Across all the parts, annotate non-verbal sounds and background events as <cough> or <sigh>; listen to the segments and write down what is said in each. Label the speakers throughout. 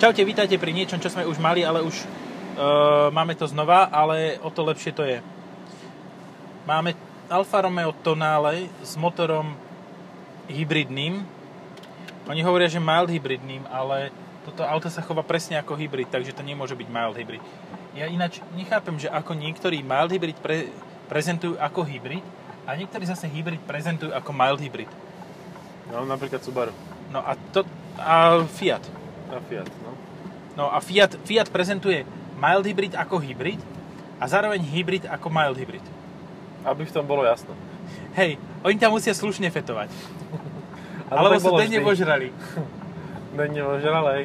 Speaker 1: Čaute, vítajte pri niečom, čo sme už mali, ale už uh, máme to znova, ale o to lepšie to je. Máme Alfa Romeo Tonale s motorom hybridným. Oni hovoria, že mild hybridným, ale toto auto sa chová presne ako hybrid, takže to nemôže byť mild hybrid. Ja ináč nechápem, že ako niektorí mild hybrid pre, prezentujú ako hybrid a niektorí zase hybrid prezentujú ako mild hybrid.
Speaker 2: No, napríklad Subaru
Speaker 1: No a, to, a Fiat.
Speaker 2: a Fiat, no.
Speaker 1: No a Fiat, Fiat prezentuje mild hybrid ako hybrid a zároveň hybrid ako mild hybrid.
Speaker 2: Aby v tom bolo jasno.
Speaker 1: Hej, oni tam musia slušne fetovať.
Speaker 2: Ale
Speaker 1: Alebo
Speaker 2: tak
Speaker 1: sa
Speaker 2: bolo
Speaker 1: denne
Speaker 2: vždy.
Speaker 1: požrali.
Speaker 2: Denne požral, hej.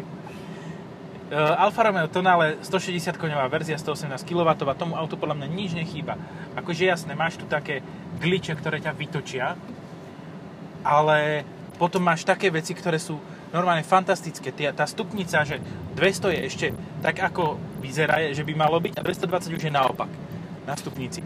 Speaker 1: Uh, Alfa Romeo Tonale 160 koňová verzia 118 kW a tomu autu podľa mňa nič nechýba. Akože jasné, máš tu také gliče, ktoré ťa vytočia, ale potom máš také veci, ktoré sú normálne fantastické. Tá, tá stupnica, že 200 je ešte tak, ako vyzerá, je, že by malo byť a 220 už je naopak na stupnici.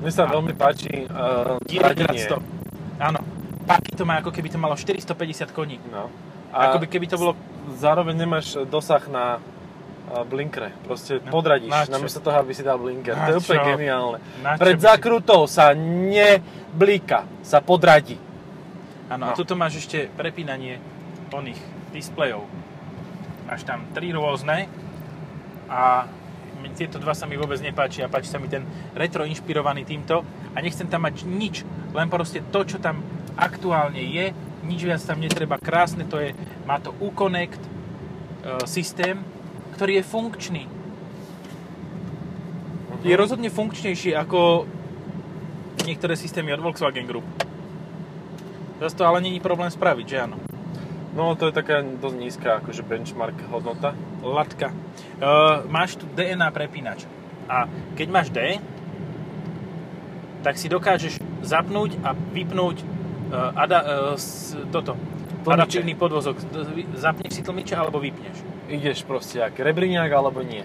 Speaker 2: Mne sa veľmi páči uh, radenie.
Speaker 1: 1100. Áno. Paky to má ako keby to malo 450 koní.
Speaker 2: No.
Speaker 1: A ako by keby to bolo...
Speaker 2: zároveň nemáš dosah na uh, blinkre. Proste
Speaker 1: Na-
Speaker 2: podradíš,
Speaker 1: na čo?
Speaker 2: namiesto toho, aby si dal blinker.
Speaker 1: Na
Speaker 2: to je úplne
Speaker 1: čo?
Speaker 2: geniálne.
Speaker 1: Na čo
Speaker 2: Pred
Speaker 1: by si-
Speaker 2: zakrutou sa neblíka, sa podradí.
Speaker 1: Áno, a
Speaker 2: No.
Speaker 1: tuto máš ešte prepínanie oných displejov. Máš tam tri rôzne a mi- tieto dva sa mi vôbec nepáčia. Páči sa mi ten retro inšpirovaný týmto a nechcem tam mať nič, len proste to, čo tam aktuálne je, nič viac tam netreba. Krásne to je, má to uConnect e, systém, ktorý je funkčný. Je rozhodne funkčnejší ako niektoré systémy od Volkswagen Group. Zas to ale není problém spraviť, že áno.
Speaker 2: No, to je taká dosť nízka akože benchmark hodnota.
Speaker 1: Latka. Uh, máš tu DNA prepínač. A keď máš D, tak si dokážeš zapnúť a vypnúť uh, ada, uh, s, toto.
Speaker 2: Tlmiče.
Speaker 1: Adaptívny podvozok. D- vy- Zapneš si tlmiče alebo vypneš.
Speaker 2: Ideš proste jak rebriňák alebo nie.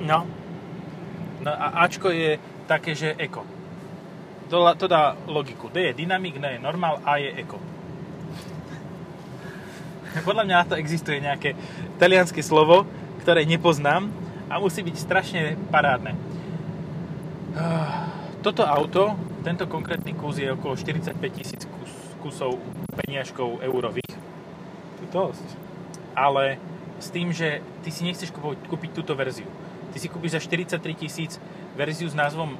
Speaker 1: No. no a Ačko je také, že eko. To, la- to dá logiku. D je dynamik, N je normál, A je eko. <laughs> Podľa mňa na to existuje nejaké talianské slovo, ktoré nepoznám a musí byť strašne parádne. Ah, Toto auto, tento konkrétny kus je okolo 45 tisíc kus, kusov peniažkov eurových
Speaker 2: To je dosť.
Speaker 1: ale s tým, že ty si nechceš kúpo- kúpiť túto verziu. Ty si kúpiš za 43 tisíc verziu s názvom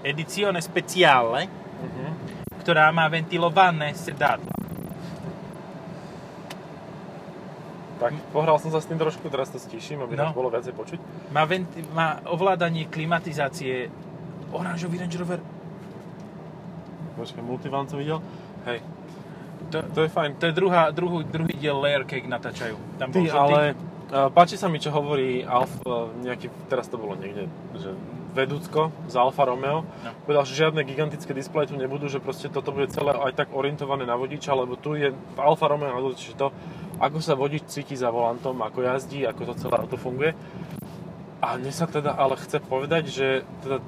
Speaker 1: Edizione Speciale,
Speaker 2: Mhm.
Speaker 1: ktorá má ventilované sedadla.
Speaker 2: Tak, pohral som sa s tým trošku, teraz to stíším, aby
Speaker 1: No.
Speaker 2: nás bolo viacej počuť.
Speaker 1: Má, venti- má ovládanie klimatizácie oranžový Range Rover.
Speaker 2: Počkaj, multivan som videl? Hej,
Speaker 1: To,
Speaker 2: to je fajn.
Speaker 1: to je druhá, druhú, druhý diel Layer Cake natáčajú. Tam
Speaker 2: Ty,
Speaker 1: bol žltý.
Speaker 2: ale uh, páči sa mi, čo hovorí Alf, uh, nejaký, teraz to bolo niekde, že Vedúcko z Alfa Romeo,
Speaker 1: No.
Speaker 2: povedal, že žiadne gigantické displeje tu nebudú, že proste toto bude celé aj tak orientované na vodiča, lebo tu je v Alfa Romeo na vodiči to, ako sa vodič cíti za volantom, ako jazdí, ako to celé auto funguje. A mne sa teda ale chce povedať, že teda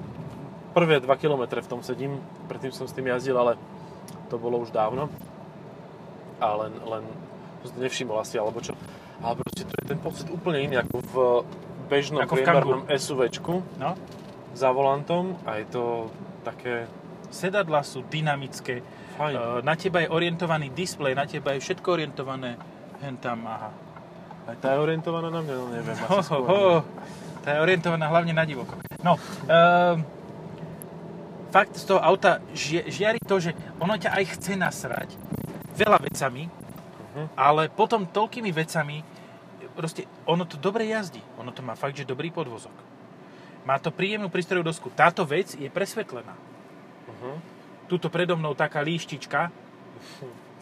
Speaker 2: prvé 2 km v tom sedím, predtým som s tým jazdil, ale to bolo už dávno. A len, len som si to nevšimol asi, alebo čo. Ale proste to je ten pocit úplne iný, ako v bežnom
Speaker 1: Ako v
Speaker 2: priemernom SUVčku
Speaker 1: No.
Speaker 2: za volantom a je to také
Speaker 1: Sedadla sú dynamické.
Speaker 2: fajn. Uh,
Speaker 1: E, Na teba je orientovaný displej, na teba je všetko orientované. Hen tam, aha.
Speaker 2: aj tá je orientovaná na mňa, no
Speaker 1: <laughs>
Speaker 2: neviem. asi
Speaker 1: Ho, ho,
Speaker 2: skôr.
Speaker 1: ho. Tá je orientovaná hlavne na divoko. No, um, fakt z toho auta žia, žiari to, že ono ťa aj chce nasrať veľa vecami, ale potom toľkými vecami, proste ono to dobre jazdí. Ono to má fakt, že dobrý podvozok. Má to príjemnú prístrojovú dosku. Táto vec je presvetlená.
Speaker 2: Mhm.
Speaker 1: Tuto predo mnou taká líštička,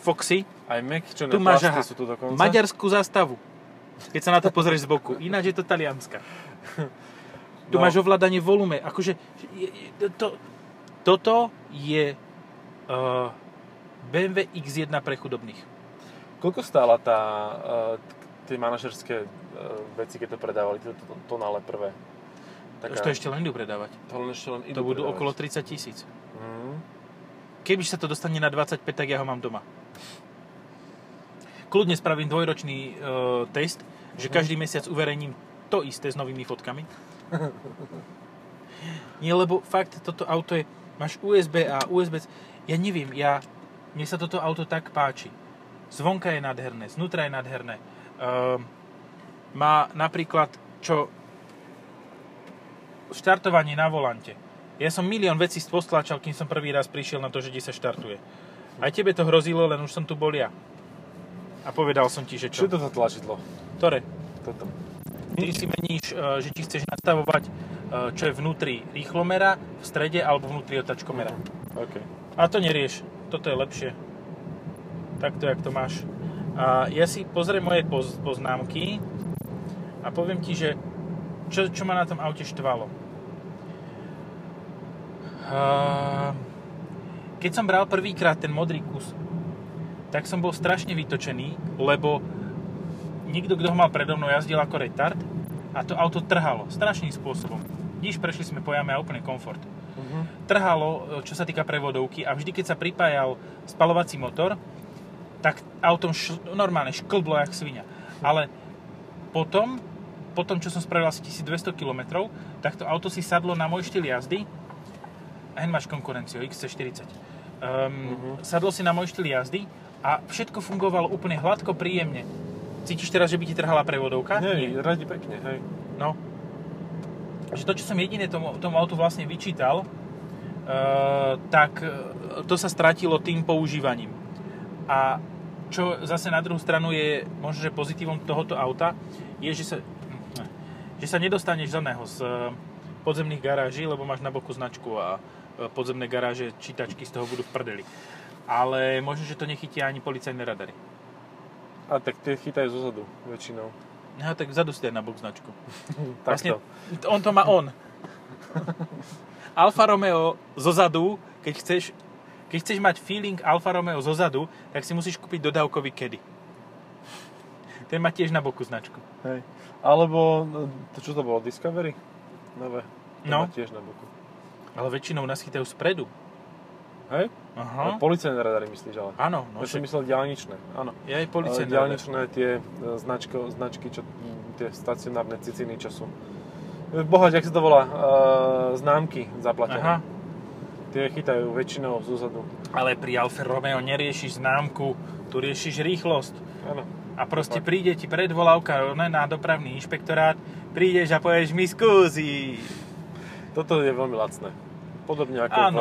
Speaker 1: Foxy,
Speaker 2: Aj Mac, čo
Speaker 1: tu máš aha,
Speaker 2: sú tu dokonca.
Speaker 1: maďarskú zastavu. Keď sa na to pozrieš z boku. Ináč je to talianska. Tu
Speaker 2: No.
Speaker 1: máš ovládanie volume. Akože je- je- to, toto je uh, BMW X1 pre chudobných.
Speaker 2: Koľko stála tá, uh, tie manažerské uh, veci, keď to predávali, to, to, to, to nale prvé?
Speaker 1: Už to ešte len idú predávať.
Speaker 2: to len ešte len
Speaker 1: To
Speaker 2: idú
Speaker 1: budú
Speaker 2: predávať.
Speaker 1: okolo 30 tisíc.
Speaker 2: Mhm.
Speaker 1: Keby sa to dostane na 25, tak ja ho mám doma. Kľudne spravím dvojročný uh, eh, test
Speaker 2: Mhm.
Speaker 1: že každý mesiac uverejním to isté s novými fotkami. Nie, lebo fakt toto auto je, máš USB a USB, ja neviem, ja, mne sa toto auto tak páči. Zvonka je nádherné, znútra je nádherné. Ehm, má napríklad, čo štartovanie na volante. Ja som milión vecí postláčal, kým som prvý raz prišiel na to, že ti sa štartuje. Aj tebe to hrozilo, len už som tu bol ja. A povedal som ti, že
Speaker 2: Čo
Speaker 1: čo?
Speaker 2: je to za tlačidlo?
Speaker 1: Ktoré?
Speaker 2: Toto.
Speaker 1: Ty si meníš, e, že ti chceš nastavovať, e, čo je vnútri rýchlomera, v strede alebo vnútri otačkomera.
Speaker 2: OK.
Speaker 1: A to nerieš. Toto je lepšie. Takto, jak to máš. A ja si pozriem moje poz- poznámky a poviem ti, že čo, čo ma na tom aute štvalo. Ehm, Keď som bral prvýkrát ten modrý kus, tak som bol strašne vytočený, lebo nikto, kto ho mal predo mnou, jazdil ako retard a to auto trhalo strašným spôsobom. Niž prešli sme po jame a úplne komfort
Speaker 2: Uh-huh.
Speaker 1: trhalo, e, čo sa týka prevodovky a vždy, keď sa pripájal spalovací motor, tak autom šl- normálne šklblo jak svinia. Ale potom, potom, čo som spravil asi 1200 km, tak to auto si sadlo na môj štýl jazdy. A hen máš konkurenciu, XC40. Um, uh-huh. Sadlo si na môj štýl jazdy a všetko fungovalo úplne hladko, príjemne. Cítiš teraz, že by ti trhala prevodovka?
Speaker 2: Nie, radi pekne, hej.
Speaker 1: No. Že to, čo som jediné tomu, tomu autu vlastne vyčítal, e, tak e, to sa stratilo tým používaním. A čo zase na druhú stranu je možno, že pozitívom tohoto auta, je, že sa, hm, ne, že sa nedostaneš z oného, z e, podzemných garáží, lebo máš na boku značku a e, podzemné garáže, čítačky z toho budú v prdeli. Ale možno, že to nechytia ani policajné radary.
Speaker 2: A tak tie chytajú zozadu väčšinou.
Speaker 1: No tak vzadu si daj na bok značku. Vlastne,
Speaker 2: Takto.
Speaker 1: on to má on. Alfa Romeo zozadu, keď chceš, keď chceš mať feeling Alfa Romeo zozadu, tak si musíš kúpiť dodávkový kedy. Ten má tiež na boku značku.
Speaker 2: Hej. Alebo, no, to, čo to bolo, Discovery? Nové. To
Speaker 1: No.
Speaker 2: má tiež na boku.
Speaker 1: Ale väčšinou nás chytajú spredu.
Speaker 2: Hej?
Speaker 1: Aha.
Speaker 2: No. Policajné radary myslíš, ale.
Speaker 1: Áno, no,
Speaker 2: No, ja som
Speaker 1: však,
Speaker 2: myslel diálničné, áno.
Speaker 1: ja aj
Speaker 2: Ale
Speaker 1: policajný. radar.
Speaker 2: diálničné tie e, značko, značky, čo, tie stacionárne ciciny, čo sú. E, Bohať, jak sa to volá, e, známky zaplatené.
Speaker 1: Aha.
Speaker 2: Tie chytajú väčšinou zozadu.
Speaker 1: Ale pri Alfa Romeo neriešiš známku, tu riešiš rýchlosť.
Speaker 2: Áno.
Speaker 1: A proste
Speaker 2: Tak.
Speaker 1: príde ti predvolávka ne, na dopravný inšpektorát, prídeš a povieš mi skúsi.
Speaker 2: Toto je veľmi lacné. Podobne ako
Speaker 1: Áno.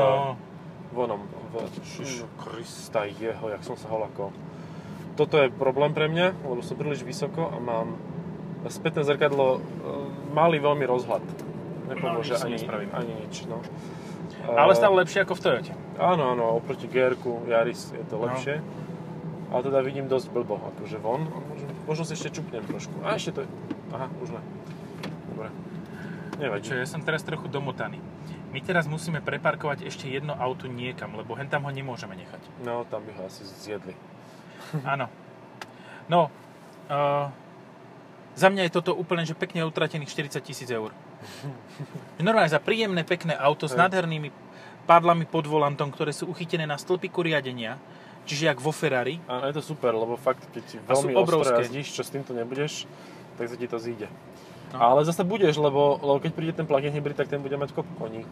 Speaker 2: v vonom. V, Mm, Krista jeho, jak som sa holakol. Toto je problém pre mňa, lebo som príliš vysoko a mám spätné zrkadlo e, malý veľmi rozhľad.
Speaker 1: No,
Speaker 2: Nepomôže
Speaker 1: nič si
Speaker 2: ani,
Speaker 1: nespravím.
Speaker 2: ani nič. No.
Speaker 1: Ale
Speaker 2: E,
Speaker 1: stále lepšie ako v Toyote.
Speaker 2: Áno, áno, oproti GR-ku Yaris je to
Speaker 1: No.
Speaker 2: lepšie. Ale teda vidím dosť blbo, akože von. A Možno, možno si ešte čupnem trošku. A ešte to je... Aha, už ne. Dobre. Nevadí.
Speaker 1: Čo, ja som teraz trochu domotaný. My teraz musíme preparkovať ešte jedno auto niekam, lebo hen tam ho nemôžeme nechať.
Speaker 2: No, tam by ho asi zjedli.
Speaker 1: Áno. No, uh, za mňa je toto úplne, že pekne utratených 40 tisíc eur. Normálne za príjemné, pekné auto s
Speaker 2: Hej.
Speaker 1: nádhernými padlami pod volantom, ktoré sú uchytené na stĺpiku riadenia, čiže jak vo Ferrari.
Speaker 2: Áno, je to super, lebo fakt, keď ti
Speaker 1: A sú
Speaker 2: veľmi ostro
Speaker 1: obrovské.
Speaker 2: jazdíš, čo s týmto nebudeš, tak sa ti to zíde.
Speaker 1: No.
Speaker 2: Ale zase budeš, lebo, lebo keď príde ten plug-in hybrid, tak ten bude mať kop koní.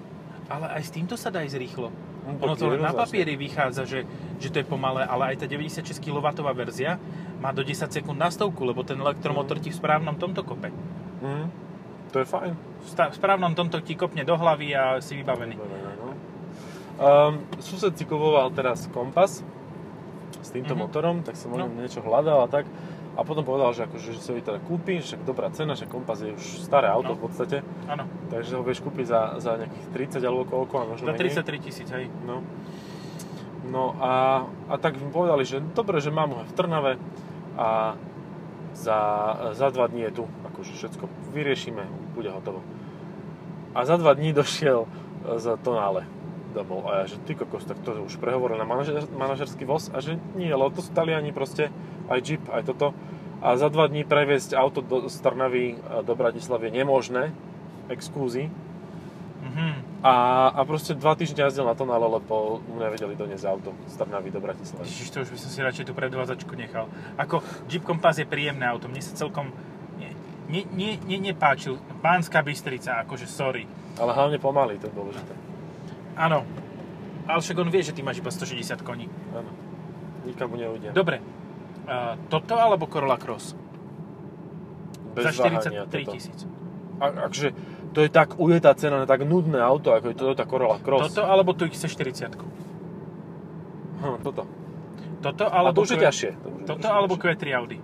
Speaker 1: Ale aj s týmto sa dá ísť rýchlo.
Speaker 2: No,
Speaker 1: Ono
Speaker 2: tak
Speaker 1: to len na
Speaker 2: jednoznačne.
Speaker 1: papieri vychádza, že, že to je pomalé, ale aj tá 96 kW verzia má do 10 sekúnd na stovku, lebo ten elektromotor ti v správnom tomto kope.
Speaker 2: Mhm. To je fajn.
Speaker 1: V sta- v správnom tomto ti kopne do hlavy a si vybavený.
Speaker 2: No. Um, sused si kupoval teraz kompas s týmto
Speaker 1: Mhm.
Speaker 2: mm-hmm. motorom, tak som o
Speaker 1: No.
Speaker 2: ňom niečo hľadal a tak. A potom povedal, že, akože, že si ho teda kúpi, však dobrá cena, však kompas je už staré
Speaker 1: No.
Speaker 2: auto v podstate,
Speaker 1: Áno,
Speaker 2: takže ho vieš kúpiť za, za nejakých 30 alebo koľko, a možno
Speaker 1: za
Speaker 2: menej.
Speaker 1: 33 tisíc, hej.
Speaker 2: No. No a, a tak mi povedali, že no dobre, že mám ho aj v Trnave a za, za dva dní je tu. Akože všetko vyriešime, bude hotovo. A za dva dní došiel e, z Tonále domov. A ja, že ty kokos, tak to už prehovoril na manažer, manažerský voz a že nie, lebo to sú Taliani proste, aj Jeep, aj toto. A za dva dní previesť auto do, z Trnavy e, do Bratislavy je nemožné, exkúzy.
Speaker 1: Mhm.
Speaker 2: A, a proste dva týždne jazdil na Tonále, lebo mu nevedeli doniesť auto z Trnavy do Bratislavy.
Speaker 1: Ježiš, to už by som si radšej tú predvádzačku nechal. Ako Jeep Compass je príjemné auto, mne sa celkom... e, ne, ne, ne, nepáčil. Pánska Bystrica, akože sorry.
Speaker 2: Ale hlavne pomaly, to je dôležité.
Speaker 1: Áno. Ale však on vie, že ty máš iba 160 koní.
Speaker 2: Áno. Nikomu neudia.
Speaker 1: Dobre. Uh, toto alebo Corolla Cross?
Speaker 2: Bez
Speaker 1: Za
Speaker 2: váhania
Speaker 1: 43
Speaker 2: toto.
Speaker 1: tisíc.
Speaker 2: A, akže to je tak ujetá cena na tak nudné auto, ako je Toyota Corolla Cross.
Speaker 1: Toto alebo tu XC40.
Speaker 2: Hm, toto.
Speaker 1: Toto
Speaker 2: Ale to
Speaker 1: alebo,
Speaker 2: už je ťažšie. To už je
Speaker 1: toto
Speaker 2: ťažšie.
Speaker 1: alebo Q3 Audi.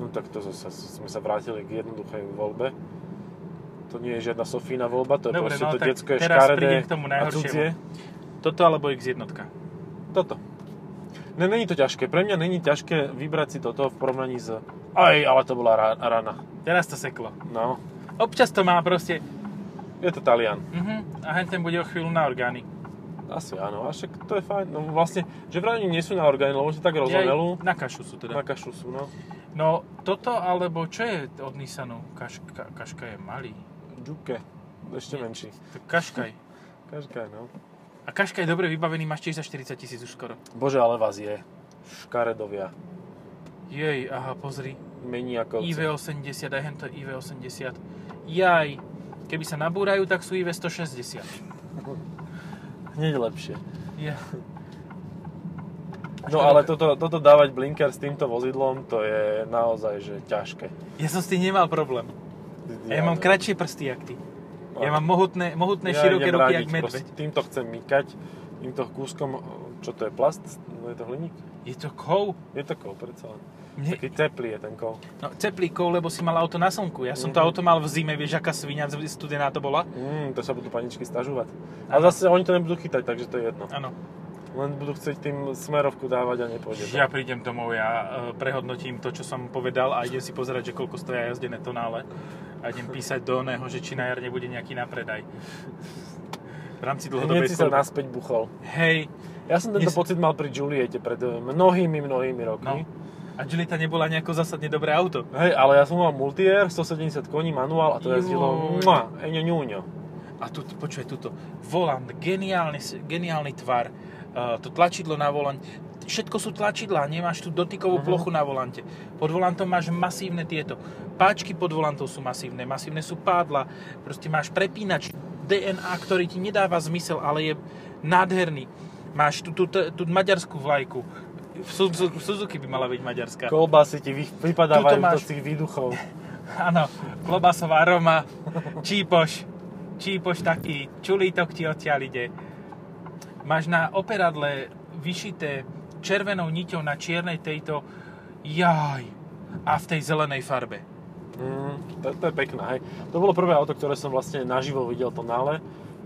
Speaker 2: No tak to zase sme sa vrátili k jednoduchej voľbe. To nie je žiadna Sofína voľba, to je
Speaker 1: Dobre,
Speaker 2: proste
Speaker 1: no
Speaker 2: to
Speaker 1: tak
Speaker 2: detské
Speaker 1: teraz
Speaker 2: škaredé
Speaker 1: prídem k tomu
Speaker 2: a
Speaker 1: najhoršiemu.
Speaker 2: cudzie.
Speaker 1: Toto alebo X1.
Speaker 2: Toto. Ne, není to ťažké. Pre mňa není ťažké vybrať si toto v porovnaní s... Aj, ale to bola ra- rana.
Speaker 1: Teraz to seklo.
Speaker 2: No,
Speaker 1: Občas to má proste...
Speaker 2: je to Talian.
Speaker 1: Uh-huh, a hen ten bude o chvíľu na orgány.
Speaker 2: Asi áno, a však to je fajn. No vlastne, že vraj nie sú na orgány, lebo si tak
Speaker 1: Jej,
Speaker 2: rozomelú.
Speaker 1: Na kašu sú
Speaker 2: Na
Speaker 1: teda.
Speaker 2: kašu sú, no.
Speaker 1: No toto alebo čo je od Nissanu? Kaška, kaška je malý.
Speaker 2: Džuke. Ešte menší.
Speaker 1: To Kaškaj.
Speaker 2: Kažkaj, no.
Speaker 1: A Kaškaj dobre vybavený, máš tiež za 40 tisíc už skoro.
Speaker 2: Bože, ale vás je. Škaredovia.
Speaker 1: Jej, aha, pozri.
Speaker 2: Meniakovci.
Speaker 1: IV80, aj hento je IV80. Jaj, keby sa nabúrajú, tak sú IV160.
Speaker 2: Hneď lepšie.
Speaker 1: Ja.
Speaker 2: No ale toto, toto dávať blinker s týmto vozidlom, to je naozaj že ťažké.
Speaker 1: ja som s tým nemal problém. Ja, ja mám kratšie prsty, jak ty. Ja mám mohutné, mohutné
Speaker 2: Ja
Speaker 1: široké
Speaker 2: idem
Speaker 1: ruky,
Speaker 2: radiť,
Speaker 1: jak medveď.
Speaker 2: proste Týmto chcem mykať, týmto kúskom, čo to je, plast? No je to hliník?
Speaker 1: Je to kov?
Speaker 2: Je to kol, predsa len.
Speaker 1: Mne,
Speaker 2: Taký teplý je ten kol.
Speaker 1: no, teplý kov, lebo si mal auto na slnku. Ja som to
Speaker 2: Mhm.
Speaker 1: auto mal v zime, vieš, aká svinia studená to bola?
Speaker 2: Mm, to sa budú paničky stažovať. Ale zase oni to nebudú chytať, takže to je jedno.
Speaker 1: Áno.
Speaker 2: Len budú chcieť tým smerovku dávať a nepôjde. to.
Speaker 1: Ja prídem domov, ja e, prehodnotím to, čo som povedal a idem si pozerať, že koľko stoja jazdené tonále a idem písať do oného, že či na jar nebude nejaký napredaj. V rámci
Speaker 2: Hneď
Speaker 1: dlhodobej
Speaker 2: si sa
Speaker 1: spolupráce.
Speaker 2: naspäť buchol.
Speaker 1: Hej,
Speaker 2: Ja som tento
Speaker 1: Dnes-
Speaker 2: pocit mal pri Juliete pred eh, mnohými, mnohými
Speaker 1: no.
Speaker 2: rokmi.
Speaker 1: A Julita nebola nejako zásadne dobré auto.
Speaker 2: Hej, ale ja som mal Multier, 170 koní, manuál a to jazdilo
Speaker 1: Joj.
Speaker 2: mua, eňo, ňuňo.
Speaker 1: A tu, počuj, tuto, volant, geniálny, s- geniálny tvar, e, to tlačidlo na volant, všetko sú tlačidlá, nemáš tú dotykovú
Speaker 2: Mhm.
Speaker 1: plochu na volante. Pod volantom máš masívne tieto, páčky pod volantom sú masívne, masívne sú pádla, proste máš prepínač DNA, ktorý ti nedáva zmysel, ale je nádherný. Máš tú, tú, tú maďarskú vlajku, v Suzu- v Suzuki by mala byť maďarská.
Speaker 2: Kolbasy ti vy- vypadávajú
Speaker 1: Tuto máš.
Speaker 2: to z tých
Speaker 1: <laughs>
Speaker 2: výduchov.
Speaker 1: Áno, klobasová aroma, čípoš, čípoš taký, čulítok ti odtiaľ ide. Máš na operadle vyšité červenou niťou na čiernej tejto, jaj, a v tej zelenej farbe.
Speaker 2: Mm, to, to je pekná, hej. To bolo prvé auto, ktoré som vlastne naživo videl to nále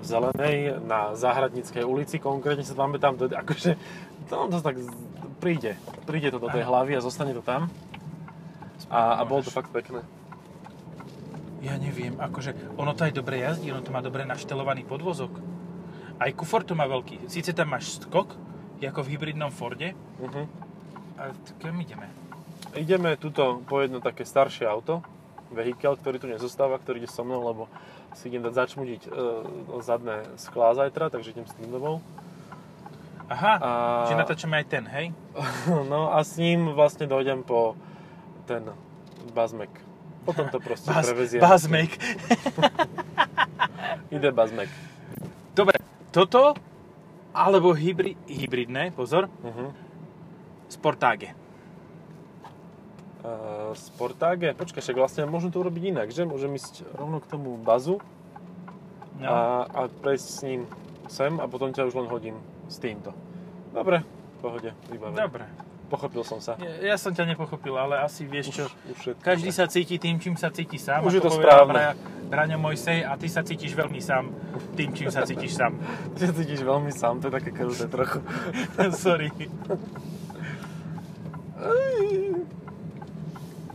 Speaker 2: v Zelenej, na Záhradníckej ulici, konkrétne sa tam tam, to, je akože, to, nám to tak z- príde, príde to do tej hlavy a zostane to tam. A, a bolo to fakt pekné.
Speaker 1: Ja neviem, akože ono to aj dobre jazdí, ono to má dobre naštelovaný podvozok. Aj kufor to má veľký. Sice tam máš skok, ako v hybridnom Forde,
Speaker 2: Mhm.
Speaker 1: ale t- kam ideme?
Speaker 2: Ideme tuto po jedno také staršie auto, vehikel, ktorý tu nezostáva, ktorý ide so mnou, lebo si idem dať začmudiť e, zadné sklá zajtra, takže idem s tým domov.
Speaker 1: Aha,
Speaker 2: A,
Speaker 1: že natáčame aj ten, hej?
Speaker 2: <laughs> no a s ním vlastne dojdem po ten bazmek. Potom to proste
Speaker 1: Baz,
Speaker 2: prevezie.
Speaker 1: Bazmek.
Speaker 2: Ide bazmek.
Speaker 1: Dobre, toto alebo hybrid, hybridné, pozor,
Speaker 2: Uh-huh.
Speaker 1: Sportage.
Speaker 2: E, Sportage, počkaj, však vlastne môžem to urobiť inak, že? Môžem ísť rovno k tomu bazu
Speaker 1: No.
Speaker 2: a, a prejsť s ním sem a potom ťa už len hodím s týmto. Dobre, v pohode, vybavené.
Speaker 1: Dobre.
Speaker 2: Pochopil som sa.
Speaker 1: Ja, ja som ťa nepochopil, ale asi vieš čo.
Speaker 2: Už, všetko.
Speaker 1: Každý
Speaker 2: <laughs>
Speaker 1: sa cíti tým, čím sa cíti sám.
Speaker 2: Už je
Speaker 1: ako
Speaker 2: to
Speaker 1: povedal
Speaker 2: správne.
Speaker 1: Braja- Braňo Mojsej a ty sa cítiš veľmi sám tým, čím sa cítiš
Speaker 2: <laughs>
Speaker 1: sám.
Speaker 2: Ty sa cítiš veľmi sám, to je také kruté trochu.
Speaker 1: Sorry.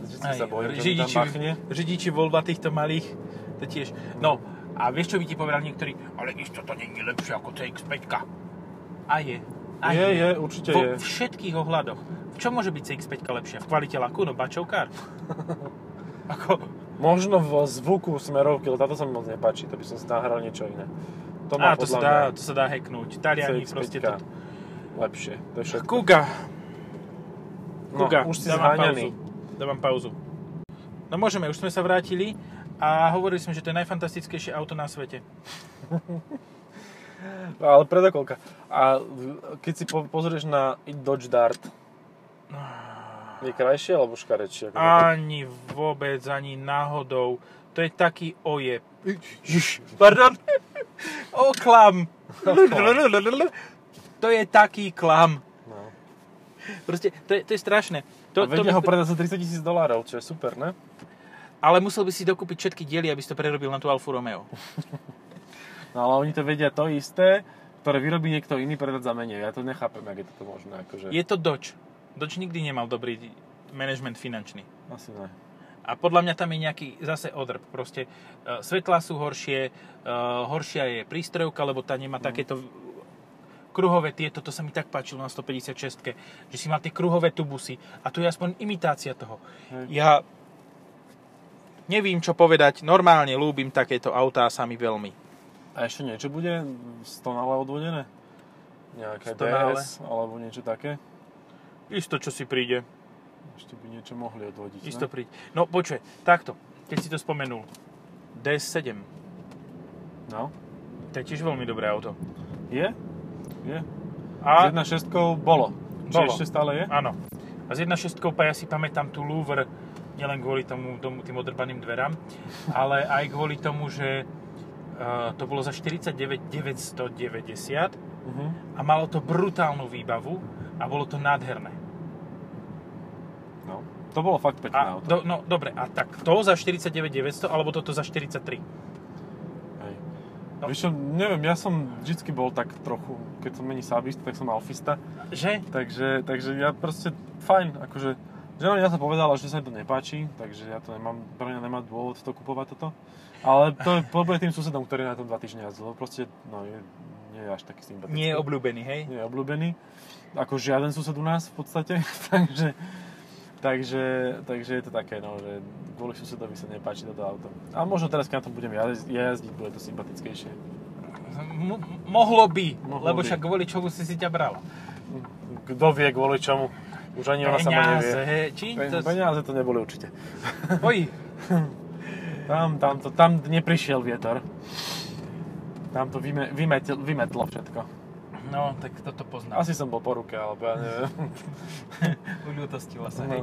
Speaker 2: Vždycky
Speaker 1: Aj,
Speaker 2: sa bojím, že mi tam
Speaker 1: Židiči,
Speaker 2: machne.
Speaker 1: židiči voľba týchto malých, to tiež. No, a vieš, čo by ti povedal niektorí? Ale isto to není lepšie ako CX-5. A je. A
Speaker 2: Je, je, určite
Speaker 1: Vo
Speaker 2: je.
Speaker 1: všetkých ohľadoch. V čom môže byť CX-5 lepšia? V kvalite laku? No,
Speaker 2: <laughs>
Speaker 1: bačovkár. Ako,
Speaker 2: Možno v zvuku smerovky, ale táto sa mi moc nepáči, to by som si nahral niečo iné. To má
Speaker 1: á, to
Speaker 2: podľa
Speaker 1: sa, dá,
Speaker 2: mňa
Speaker 1: to sa dá hacknúť. Taliani
Speaker 2: CX-5
Speaker 1: proste to...
Speaker 2: lepšie. To je všetko.
Speaker 1: Kuga.
Speaker 2: No,
Speaker 1: Kuga,
Speaker 2: už si
Speaker 1: dávam
Speaker 2: zháňaný.
Speaker 1: pauzu. Dávam pauzu. No môžeme, už sme sa vrátili a hovorili sme, že to je najfantastickejšie auto na svete.
Speaker 2: No, ale predokolka. A keď si po- pozrieš na Dodge Dart, je krajšie alebo škarečšie?
Speaker 1: Ani vôbec, ani náhodou. To je taký ojeb. Pardon. Oklam. To je taký klam.
Speaker 2: No.
Speaker 1: Proste, to je, to je strašné.
Speaker 2: To,
Speaker 1: To, to
Speaker 2: ho
Speaker 1: mi-
Speaker 2: predá za 30 tisíc dolárov, čo je super, ne?
Speaker 1: ale musel by si dokúpiť všetky diely, aby si to prerobil na tú Alfu Romeo.
Speaker 2: No ale oni to vedia to isté, ktoré vyrobí niekto iný predať za menej. Ja to nechápem, jak je toto možné. Akože.
Speaker 1: Je to Dodge. Dodge nikdy nemal dobrý management finančný.
Speaker 2: Asi ne.
Speaker 1: A podľa mňa tam je nejaký zase odrb. Proste e, svetlá sú horšie, e, horšia je prístrevka, lebo tá nemá takéto kruhové tieto, to sa mi tak páčilo na 156 že si mal tie kruhové tubusy a tu je aspoň imitácia toho.
Speaker 2: Hej.
Speaker 1: Ja nevím, čo povedať, normálne ľúbim takéto autá sa mi veľmi.
Speaker 2: A ešte niečo bude z tonále odvodené? Nejaké
Speaker 1: Stonále?
Speaker 2: DRS alebo niečo také?
Speaker 1: Isto, čo si príde.
Speaker 2: Ešte by niečo mohli odvodiť.
Speaker 1: Isto
Speaker 2: Ne?
Speaker 1: príde. No počuj, takto, keď si to spomenul, DS7,
Speaker 2: No.
Speaker 1: to je tiež veľmi dobré auto.
Speaker 2: Je? Je. S
Speaker 1: A
Speaker 2: 1.6 bolo. Či
Speaker 1: Bolo.
Speaker 2: ešte stále je?
Speaker 1: Áno. A z 1.6 pa ja si pamätám tú Louvre, nielen kvôli tomu, tomu tým odrbaným dverám, ale aj kvôli tomu, že uh, to bolo za 49 990
Speaker 2: Mhm.
Speaker 1: a malo to brutálnu výbavu a bolo to nádherné.
Speaker 2: No. To bolo fakt pekné
Speaker 1: A,
Speaker 2: auto.
Speaker 1: do, no dobre, a tak to za 49 900 alebo toto za 43?
Speaker 2: Hej.
Speaker 1: No.
Speaker 2: Vieš čo, neviem, ja som vždycky bol tak trochu, keď som není sábista, tak som alfista,
Speaker 1: Že?
Speaker 2: takže, takže ja proste, fajn, akože, žena mi na to povedala, že sa jej to nepáči, takže ja to nemám, pre mňa nemá dôvod to kupovať toto, ale to je podľa tým susedom, ktorý na tom dva týždne jazdil, lebo proste, no, je, nie je až taký sympatický.
Speaker 1: Nie je obľúbený, hej?
Speaker 2: nie je obľúbený, ako žiaden sused u nás v podstate, <laughs> takže, takže, takže je to také, no, že kvôli susedovi sa nepáči toto auto. A možno teraz, keď na tom budem jazdiť, jazdiť bude to sympatickejšie.
Speaker 1: M- mohlo by,
Speaker 2: Mohlo
Speaker 1: lebo
Speaker 2: by.
Speaker 1: však kvôli čomu si si ťa brala.
Speaker 2: Kto vie kvôli čomu, už ani ona sama nevie.
Speaker 1: Peniaze, či?
Speaker 2: Pe-
Speaker 1: To-
Speaker 2: Peniaze to neboli určite.
Speaker 1: Oj,
Speaker 2: Tam, tam, to, tam neprišiel vietor. Tam to vyme, vymetel, vymetlo všetko.
Speaker 1: no, tak toto poznám.
Speaker 2: Asi som bol po ruke, alebo ja neviem.
Speaker 1: Uľutostila sa,
Speaker 2: No.
Speaker 1: hej.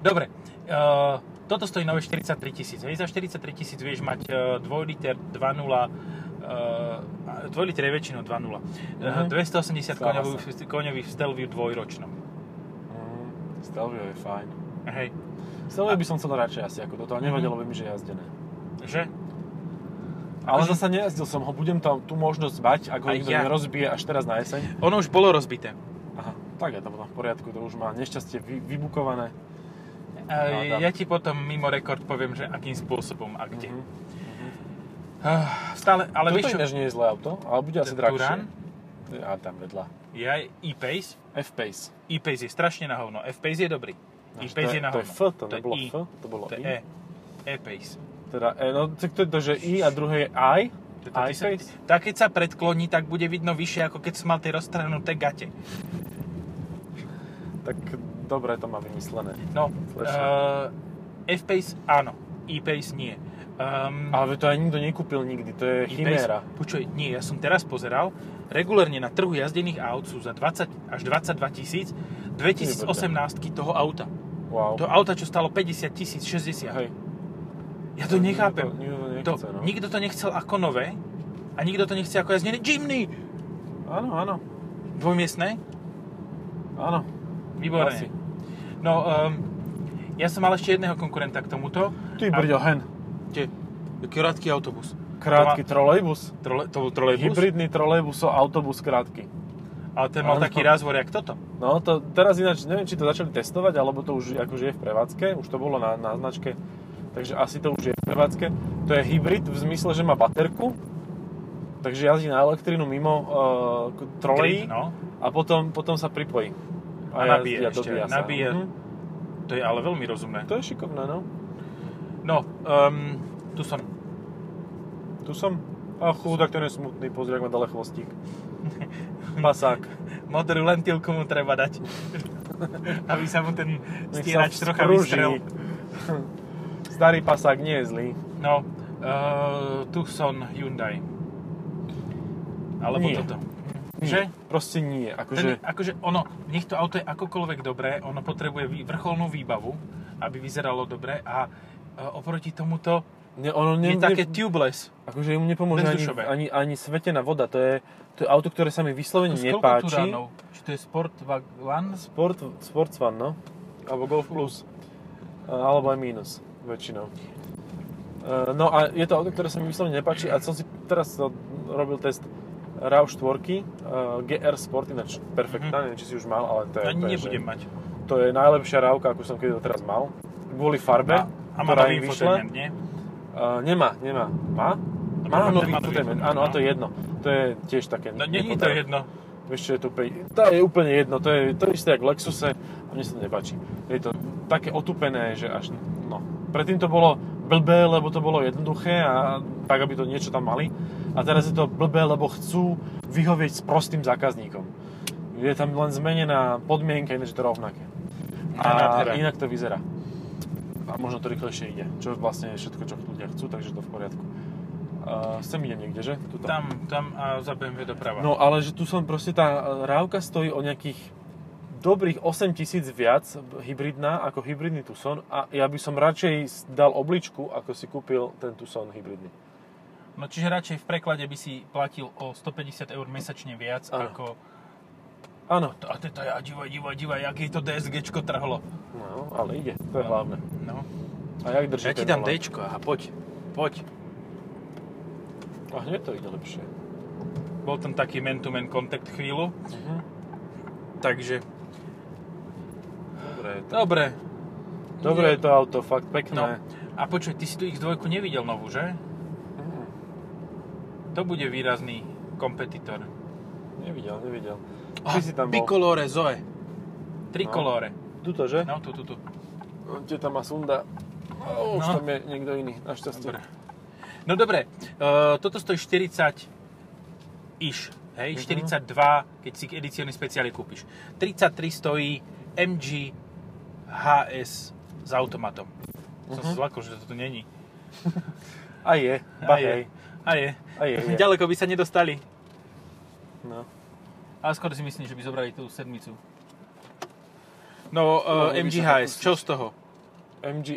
Speaker 1: Dobre, uh, toto stojí nové 43 tisíc. Hej, za 43 tisíc vieš mať uh, 2 liter 2.0 uh, 2 liter je väčšinou 2.0 uh,
Speaker 2: Mhm.
Speaker 1: 280
Speaker 2: Stáva
Speaker 1: koňový, koňový v Stelviu dvojročnom.
Speaker 2: Mm, Stelvio je fajn.
Speaker 1: Hej,
Speaker 2: Stelvio by som chcel radšej asi ako toto, a
Speaker 1: Mhm.
Speaker 2: nevadilo by mi, že je jazdené.
Speaker 1: že?
Speaker 2: Ale
Speaker 1: Akože-
Speaker 2: zase nejazdil som ho, budem tam tú možnosť mať, ak
Speaker 1: Aj
Speaker 2: ho nikto
Speaker 1: ja.
Speaker 2: nerozbije až teraz na jeseň.
Speaker 1: Ono už bolo rozbité.
Speaker 2: Aha, tak je to potom v poriadku, to už má nešťastie vy, vybukované.
Speaker 1: Uh,
Speaker 2: No, Áno.
Speaker 1: ja ti potom mimo rekord poviem, že akým spôsobom a kde.
Speaker 2: Mhm.
Speaker 1: Ah, stále, ale
Speaker 2: Ale
Speaker 1: vieš
Speaker 2: Toto
Speaker 1: čo?
Speaker 2: ináč nie je zlé auto, ale bude
Speaker 1: Ten
Speaker 2: asi
Speaker 1: Turan?
Speaker 2: drahšie. A tam vedľa.
Speaker 1: Je aj e-Pace.
Speaker 2: F-Pace.
Speaker 1: E-Pace je strašne na hovno. F-Pace je dobrý.
Speaker 2: Až
Speaker 1: E-Pace
Speaker 2: No, to,
Speaker 1: je na
Speaker 2: to je
Speaker 1: hovno.
Speaker 2: F, to, nebolo
Speaker 1: I.
Speaker 2: F, to bolo
Speaker 1: To je
Speaker 2: I.
Speaker 1: E. E-Pace.
Speaker 2: Teda E, no tak to je to, že I a druhé je I.
Speaker 1: Teda ty sa,
Speaker 2: I-Pace.
Speaker 1: tá keď sa predkloní, tak bude vidno vyššie, ako keď som mal tie roztrhnuté gate.
Speaker 2: Tak dobre to má vymyslené.
Speaker 1: No,
Speaker 2: Slečna.
Speaker 1: uh, F-Pace áno, E-Pace nie. Um,
Speaker 2: Ale to aj nikto nekúpil nikdy, to je chiméra.
Speaker 1: počuj, nie, ja som teraz pozeral, regulérne na trhu jazdených aut sú za 20 až 22 tisíc 2018 toho auta.
Speaker 2: Wow.
Speaker 1: To auta, čo stalo 50 tisíc, 60.
Speaker 2: Hej.
Speaker 1: Ja to nechápem.
Speaker 2: Nikto to
Speaker 1: To,
Speaker 2: nechce, no.
Speaker 1: nikto to nechcel ako nové a nikto to nechce ako jazdené Jimny.
Speaker 2: Áno, áno.
Speaker 1: Dvojmiestné?
Speaker 2: Áno. Asi.
Speaker 1: Výborné. No, um, ja som mal ešte jedného konkurenta k tomuto.
Speaker 2: Ty brďo, hen.
Speaker 1: Kde? Krátky autobus.
Speaker 2: Krátky
Speaker 1: To,
Speaker 2: trolejbus.
Speaker 1: má, trole, to bol trolejbus, Hybrid.
Speaker 2: Hybridný trolejbus a autobus krátky.
Speaker 1: ale ten mal
Speaker 2: Áno.
Speaker 1: taký razvor, jak toto.
Speaker 2: No to teraz ináč, neviem, či to začali testovať, alebo to už akože je v prevádzke, už to bolo na, na značke, takže asi to už je v prevádzke. To je hybrid v zmysle, že má baterku, takže jazdí na elektrínu mimo uh, trolejí
Speaker 1: Grid, no.
Speaker 2: a potom, potom sa pripojí.
Speaker 1: A nabije
Speaker 2: jazdí
Speaker 1: ešte,
Speaker 2: dobíja sa.
Speaker 1: nabije.
Speaker 2: Mhm.
Speaker 1: To je ale veľmi rozumné.
Speaker 2: To je šikovné, no.
Speaker 1: No, um, tu som.
Speaker 2: Tu som. A chudák, ten je smutný, pozri, ak ma dole
Speaker 1: <laughs>
Speaker 2: chvostík. Pasák.
Speaker 1: Modrú lentilku mu treba dať. <laughs> Aby sa mu ten
Speaker 2: Nech sa
Speaker 1: stierač trocha
Speaker 2: vzkrúži.
Speaker 1: vystrel.
Speaker 2: <laughs> Starý pasák nie je zlý.
Speaker 1: No, uh, Tucson Hyundai. Alebo
Speaker 2: Nie.
Speaker 1: toto.
Speaker 2: Nie,
Speaker 1: Že?
Speaker 2: Proste nie.
Speaker 1: Ten,
Speaker 2: Akože,
Speaker 1: akože ono, nech to auto je akokoľvek dobré, ono potrebuje vý- vrcholnú výbavu, aby vyzeralo dobre a e, oproti tomuto
Speaker 2: ne, ono
Speaker 1: je
Speaker 2: ne,
Speaker 1: také tubeless.
Speaker 2: akože mu nepomôže ani,
Speaker 1: bezdušové.
Speaker 2: ani, ani svetená voda. To je, to je auto, ktoré sa mi vyslovene
Speaker 1: Z koľko
Speaker 2: nepáči.
Speaker 1: Turanov? Či to je Sportwagon?
Speaker 2: Sport, Sportsvan, no. Alebo Golf Plus. E, Alebo aj Minus, väčšinou. E, No a je to auto, ktoré sa mi vyslovene nepáči a som si teraz e, robil test RAV4 e, GR Sport, ináč perfektná, neviem, či si už mal, ale to je...
Speaker 1: Mhm. Ani
Speaker 2: to je,
Speaker 1: nebudem
Speaker 2: že-
Speaker 1: mať.
Speaker 2: To je najlepšia rávka, akú som kedy doteraz mal. Kvôli farbe,
Speaker 1: A, a má
Speaker 2: ktorá
Speaker 1: nový
Speaker 2: im vyšla.
Speaker 1: infotainment, nie?
Speaker 2: Uh, nemá, nemá. Má?
Speaker 1: má-
Speaker 2: Má nový
Speaker 1: má nový
Speaker 2: infotainment,
Speaker 1: infotainment,
Speaker 2: áno, a
Speaker 1: no.
Speaker 2: to je jedno. To je tiež také...
Speaker 1: No nie je to
Speaker 2: nepodarené.
Speaker 1: jedno.
Speaker 2: Vieš čo, je to úplne, to je úplne jedno, to je to isté ako v Lexuse a mne sa to nepáči. Je to také otupené, že až, no. Predtým to bolo blbé, lebo to bolo jednoduché a tak, aby to niečo tam mali. A teraz je to blbé, lebo chcú vyhovieť s prostým zákazníkom. Je tam len zmenená podmienka, ináč je to rovnaké.
Speaker 1: To je
Speaker 2: A
Speaker 1: nádhera.
Speaker 2: inak to vyzerá. A možno to rýchlejšie ide, čo vlastne je všetko, čo ľudia chcú, takže to v poriadku. Uh, sem idem niekde, že? Tuto.
Speaker 1: Tam, tam a za BMW doprava.
Speaker 2: No ale že tu som proste, tá e, rávka stojí o nejakých dobrých 8000 viac b- hybridná ako hybridný Tucson a ja by som radšej s- dal obličku, ako si kúpil ten Tucson hybridný.
Speaker 1: No čiže radšej v preklade by si platil o 150 eur mesačne viac
Speaker 2: Áno.
Speaker 1: ako...
Speaker 2: Áno,
Speaker 1: To, a to je, a divaj, divaj, divaj, aké to DSGčko trhlo.
Speaker 2: no, ale ide, to je hlavné.
Speaker 1: No.
Speaker 2: A jak drží
Speaker 1: Ja ti
Speaker 2: ten
Speaker 1: dám
Speaker 2: volant?
Speaker 1: Dčko, aha, poď. Poď.
Speaker 2: A hneď to ide lepšie.
Speaker 1: Bol tam taký man-to-man kontakt chvíľu,
Speaker 2: Mhm.
Speaker 1: takže...
Speaker 2: Dobre je to.
Speaker 1: Dobre.
Speaker 2: Dobre je to auto, fakt
Speaker 1: No.
Speaker 2: pekné.
Speaker 1: A počuj, ty si tu X2 nevidel novú, že?
Speaker 2: Mhm.
Speaker 1: To bude výrazný kompetitor.
Speaker 2: Nevidel, nevidel. Či si tam bol?
Speaker 1: Bicolore Zoe. Tricolore.
Speaker 2: Tuto, že?
Speaker 1: No, tu, tu, tu.
Speaker 2: Teta ma sunda. O, už
Speaker 1: No.
Speaker 2: tam je niekto iný, našťastie.
Speaker 1: Dobre. No dobre, uh, toto stojí 40 iš, hej,
Speaker 2: Mhm.
Speaker 1: 42, keď si ediciony speciály kúpiš. 33 stojí MG HS s automatom. Som
Speaker 2: Mhm.
Speaker 1: sa zlakol, že to tu není.
Speaker 2: A je,
Speaker 1: A
Speaker 2: a
Speaker 1: je.
Speaker 2: je,
Speaker 1: A je.
Speaker 2: a je, je.
Speaker 1: Ďaleko by sa nedostali.
Speaker 2: No.
Speaker 1: Ale skôr si myslím, že by zobrali tú sedmicu. No,
Speaker 2: No,
Speaker 1: uh,
Speaker 2: by
Speaker 1: MG
Speaker 2: sa
Speaker 1: HS,
Speaker 2: to-
Speaker 1: čo z toho?
Speaker 2: MG,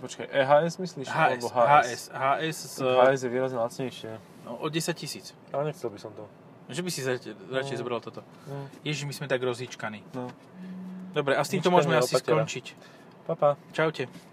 Speaker 2: počkaj,
Speaker 1: E
Speaker 2: EHS myslíš?
Speaker 1: HS,
Speaker 2: Alebo
Speaker 1: HS, HS, s, eh,
Speaker 2: HS je výrazne lacnejšie.
Speaker 1: no, o 10 tisíc.
Speaker 2: Ale nechcel by som to.
Speaker 1: Že by si zate- radšej
Speaker 2: No.
Speaker 1: zobral toto.
Speaker 2: No,
Speaker 1: Ježiš, my sme tak rozhýčkaní.
Speaker 2: no.
Speaker 1: Dobre, a s týmto
Speaker 2: Hýčkanie
Speaker 1: môžeme asi
Speaker 2: opatera.
Speaker 1: skončiť.
Speaker 2: Papa.
Speaker 1: Čaute.